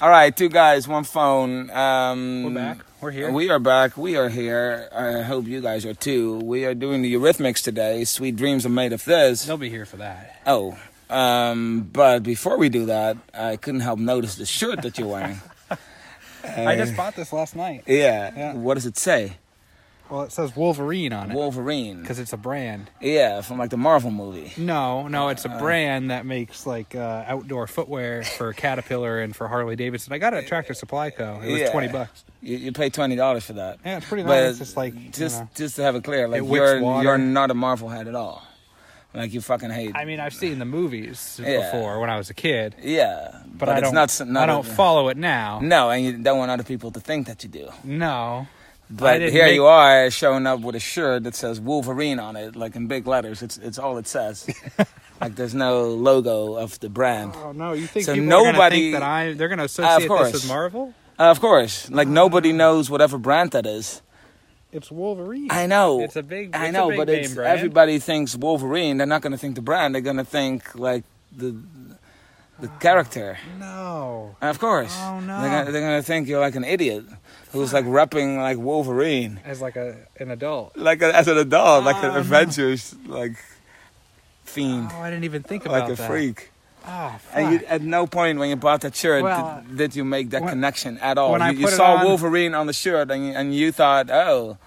All right, two guys, one phone. Um, We're back. We're here. We are back. We are here. I hope you guys are too. We are doing the Eurythmics today. Sweet dreams are made of this. They'll be here for that. Oh, um, but before we do that, I couldn't help notice the shirt that you're wearing. I just bought this last night. Yeah. Yeah. What does it say? Well, it says Wolverine on it Wolverine. because it's a brand. Yeah, from like the Marvel movie. No, no, it's a brand that makes like uh, outdoor footwear for Caterpillar and for Harley Davidson. I got it at Tractor Supply Co. It was Yeah. twenty bucks. You, you pay twenty dollars for that. Yeah, it's pretty But nice. It's like you just know. just to have it clear, like It wicks you're water. you're not a Marvel head at all. Like you fucking hate. I mean, I've seen the movies Yeah. before when I was a kid, yeah, but, I don't. It's not, not I don't a- follow it now. No, and you don't want other people to think that you do. No, But didn't here make- you are showing up with a shirt that says Wolverine on it, like in big letters. It's it's all it says. like there's no logo of the brand. Oh no, you think So people nobody, nobody- think that I? Uh, They're going to associate course. this with Marvel? Uh, of course, like nobody knows whatever brand that is. It's Wolverine. I know. It's a big. I it's know, a big but name it's, brand. everybody thinks Wolverine. They're not going to think the brand. They're going to think like the the character. No. Of course. Oh, no. They're gonna, they're gonna think you're like an idiot who's like rapping like Wolverine, as like a an adult. like a, as an adult, like Oh, an no. adventures like fiend, Oh, I didn't even think about like a that. freak. Ah, fuck. And you, at no point when you bought that shirt Well, did, did you make that when- connection at all. when I you you put it saw on- Wolverine on the shirt and you, and you thought, oh,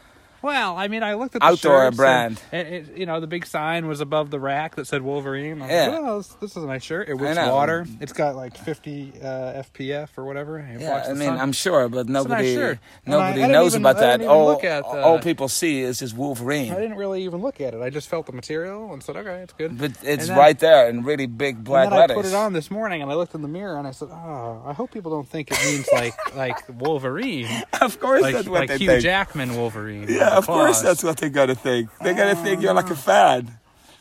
well, I mean, I looked at the Outdoor shirts brand. And, and it, you know, the big sign was above the rack that said Wolverine. I was Yeah. like, "Oh, this, this is a nice shirt. It I was know. water. It's got like 50 uh, FPF or whatever. It yeah. blocks I the mean, sun. I'm sure, but nice nobody shirt. And I- nobody I didn't knows even- about I didn't that. even All look at all that. people see is just I Wolverine, didn't really even look at it. I just felt the material and said, okay, it's good. but it's And then- right there in really big black and then letters. I put it on this morning, and I looked in the mirror, and I said, "Oh, I hope people don't think it means like like Wolverine, Of course, like that's what like they Hugh think. Jackman Wolverine." with Yeah, the of course claws. that's what they gotta think. They gotta think you're like a fan.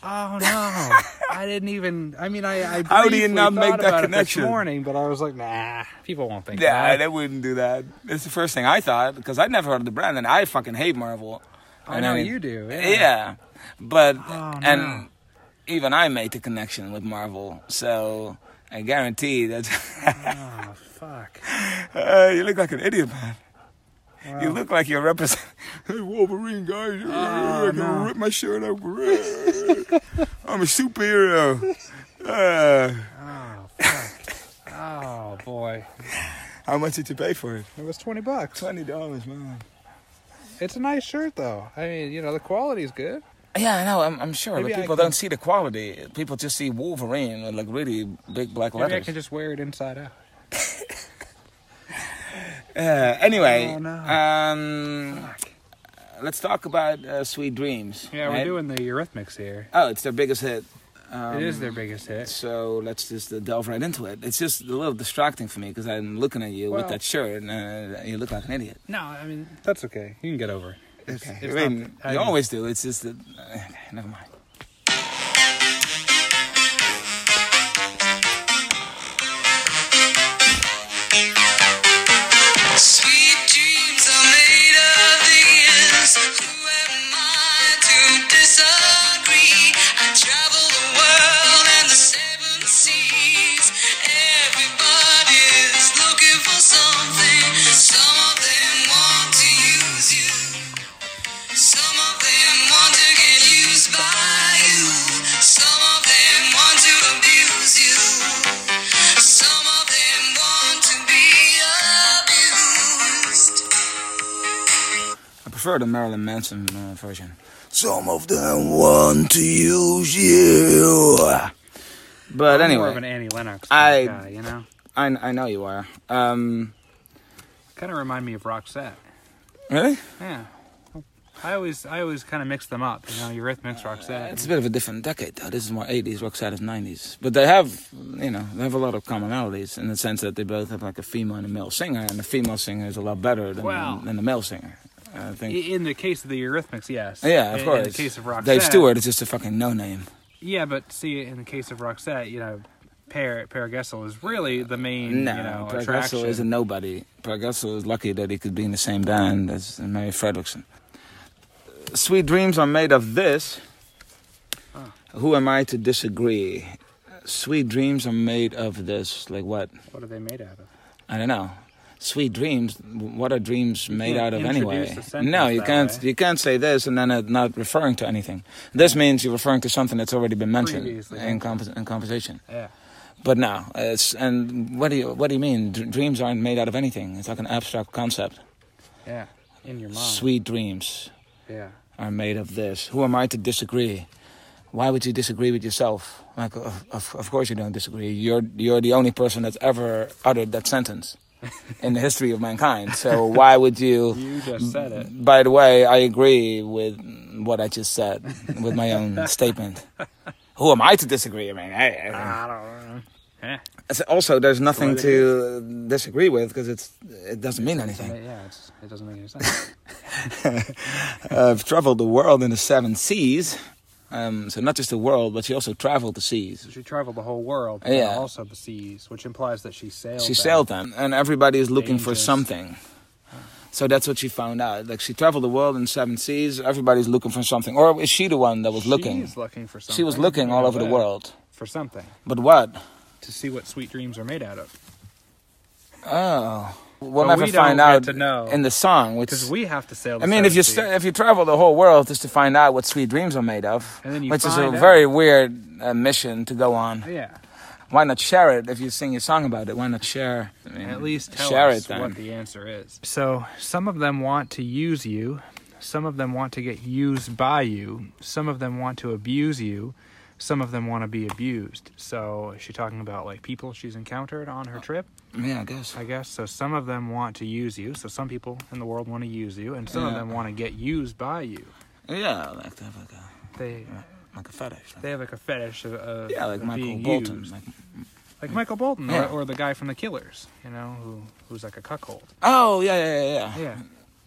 Oh no! I didn't even. I mean, I. I How do you briefly not make thought that about it connection? this morning? But I was like, nah, people won't think Yeah, they that. wouldn't do that. It's the first thing I thought because I'd never heard of the brand and I fucking hate Marvel. I And know you do, yeah. But Oh, and no. even I made the connection with Marvel, so I guarantee that Oh fuck! uh, you look like an idiot, man. Wow. Oh, You look like you're representing. Hey, Wolverine, guys! I'm gonna no. rip my shirt up. I'm a superhero. Uh, Oh fuck! oh boy! how much did you pay for it? It was twenty bucks. Twenty dollars, man. It's a nice shirt, though. I mean, you know, the quality's good. Yeah, I know. I'm, I'm sure. Maybe but I people can- don't see the quality. People just see Wolverine with like really big black Maybe I letters. can just wear it inside out. Uh, anyway, Oh, no. um, let's talk about uh, Sweet Dreams. Yeah, we're right? doing the Eurythmics here. Oh, it's their biggest hit. Um, it is their biggest hit. So let's just uh, delve right into it. It's just a little distracting for me because I'm looking at you with Well- that shirt and uh, you look like an idiot. No, I mean that's okay. You can get over. it. It's, it's I mean, not- I you mean, always do. It's just that. Uh, okay, never mind. Sweet dreams are made of these. Who am I to disagree? I travel the world and the seven seas. Everybody's looking for something. Some of them want to use you. Some of them want to get used by you. Some of them want to abuse you. Some of them want to be abused. I prefer the Marilyn Manson uh, version. Some of them want to use you. But I'm anyway, more of an Annie Lennox I- type guy, you know. I, I know you are. Um, Kind of remind me of Roxette. really? Yeah. I always I always kind of mix them up, you know, Eurythmics, Roxette. It's a bit of a different decade, though. This is more 80s, Roxette is 90s. But they have, you know, they have a lot of commonalities in the sense that they both have like a female and a male singer, and the female singer is a lot better than, Well- than the male singer. I think. I- In the case of the Eurythmics, yes. yeah, of in, course. In the case of Roxette, Dave Stewart is just a fucking no name. Yeah, but see, in the case of Roxette, you know, Per Per Gessel is really the main, No, you know, Berg attraction. Russell is a nobody. Berg Russell is lucky that he could be in the same band as Mary Fredrickson. Sweet dreams are made of this. Who am I to disagree? Sweet dreams are made of this. Like what? What are they made out of? I don't know. Sweet dreams. What are dreams made can't out of introduce anyway? a sentence No, you that can't. way. You can't say this and then it not referring to anything. This means you're referring to something that's already been mentioned Previously, in, com- in conversation. Yeah. But no, it's and what do you what do you mean? Dr- dreams aren't made out of anything. It's like an abstract concept. Yeah. In your mind. Sweet dreams Yeah. are made of this. Who am I to disagree? Why would you disagree with yourself? Like, of, of, of course you don't disagree. You're you're the only person that's ever uttered that sentence in the history of mankind. So why would you? You just said it. By the way, I agree with what I just said with my own statement. Who am I to disagree? I mean, hey, I- I don't know. Eh, It's- also there's nothing Well, it to disagree with because it's it doesn't mean anything. Yeah, it's, it doesn't make any sense. I've traveled the world in the seven seas. Um, so not just the world, but she also traveled the seas. she traveled the whole world, but Yeah. also the seas, which implies that she sailed. She them. sailed them, and everybody is looking for Dangerous. something. So that's what she found out. Like she traveled the world in seven seas. Everybody's looking for something, or is she the one that was looking? She's looking for something. She was looking all Yeah, over the but- world. for something But what? to see what sweet dreams are made out of. Oh, we'll But never we don't find get out to know. in the song. Which Because we have to sail. The I mean, if seven you seas. st- if you travel the whole world just to find out what sweet dreams are made of, And then you which is a find out. very weird uh, mission to go on. yeah, Why not share it if you sing a song about it? Why not share? I mean, at least tell share us it. Then. what the answer is. So some of them want to use you, some of them want to get used by you, some of them want to abuse you, some of them want to be abused. So is she talking about like people she's encountered on her trip, yeah, I guess. I guess? So some of them want to use you, so some people in the world want to use you, and some of Yeah. them want to get used by you. Yeah, I like to have like a They like a fetish. Like, they have like a fetish of, of yeah, like of Michael being Bolton. used. Like, like Michael Bolton, Yeah. or, or the guy from The Killers, you know, who who's like a cuckold. oh yeah, yeah, yeah, yeah. Yeah,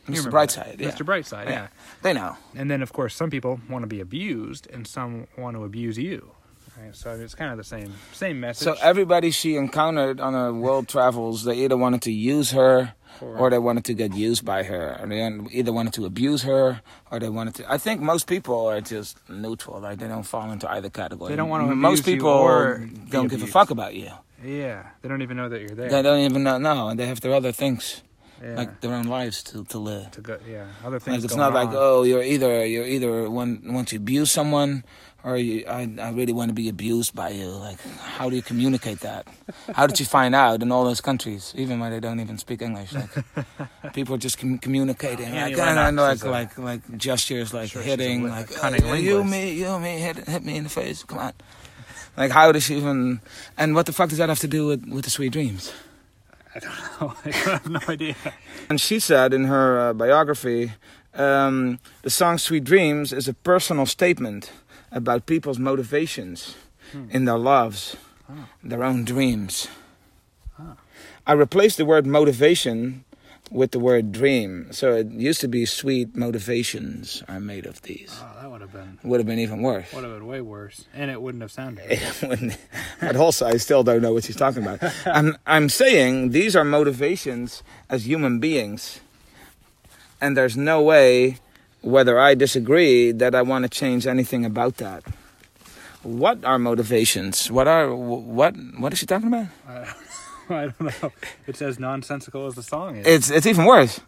You Mr. remember Brightside. that. Yeah. Mr. Brightside, yeah. They know. And then, of course, some people want to be abused, and some want to abuse you. Right? So it's kind of the same same message. So everybody she encountered on her world travels, they either wanted to use her, Or- or they wanted to get used by her, or they either wanted to abuse her, or they wanted to. I think most people are just neutral; like they don't fall into either category. They don't want to most abuse you people or be don't give a abused. fuck about you. yeah, they don't even know that you're there. They don't even know. No, and they have their other things, yeah. like their own lives to to live. to go, yeah, other things. Like it's not going like on. oh you're either you're either one once you abuse someone or you, I I really want to be abused by you. Like how do you communicate that? how did you find out in all those countries, even when they don't even speak English? Like people are just com- communicating like, Annie and, and, Lennox like is a- like like gestures like Sure, she's a hitting li- like a cunning "Oh, you linguist." me you me hit hit me in the face come on. Like how does she even? And what the fuck does that have to do with with the sweet dreams? oh. I have no idea. And she said in her uh, biography, um, the song Sweet Dreams is a personal statement about people's motivations in their loves, their own dreams. I replaced the word motivation with the word dream. So it used to be sweet motivations are made of these. Oh, that would have been Would have been even worse. would have been way worse, and it wouldn't have sounded. When- but also I still don't know what she's talking about. I'm I'm saying these are motivations as human beings, and there's no way, whether I disagree, that I want to change anything about that. What are motivations? What are wh- what what is she talking about? I don't know. It's as nonsensical as the song is. It's it's even worse.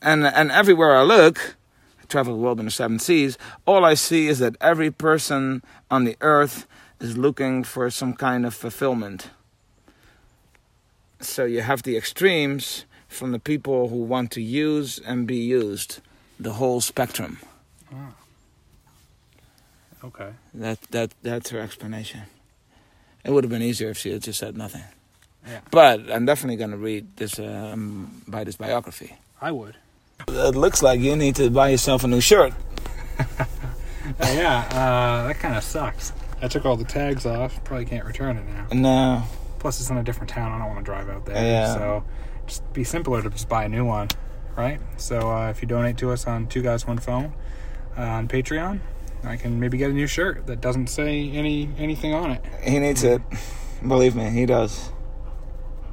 And and everywhere I look, I travel the world in the seven seas, all I see is that every person on the earth is looking for some kind of fulfillment. So you have the extremes from the people who want to use and be used, the whole spectrum. okay. That that that's her explanation. It would have been easier if she had just said nothing. Yeah. But I'm definitely going to read this um, by this biography. I would. It looks like you need to buy yourself a new shirt. yeah, uh, that kind of sucks. I took all the tags off. Probably can't return it now. No. Plus, it's in a different town. I don't want to drive out there. Yeah. So, just be simpler to just buy a new one, right? So, uh, if you donate to us on Two Guys One Phone uh, on Patreon, I can maybe get a new shirt that doesn't say any anything on it. He needs it. Believe me, he does.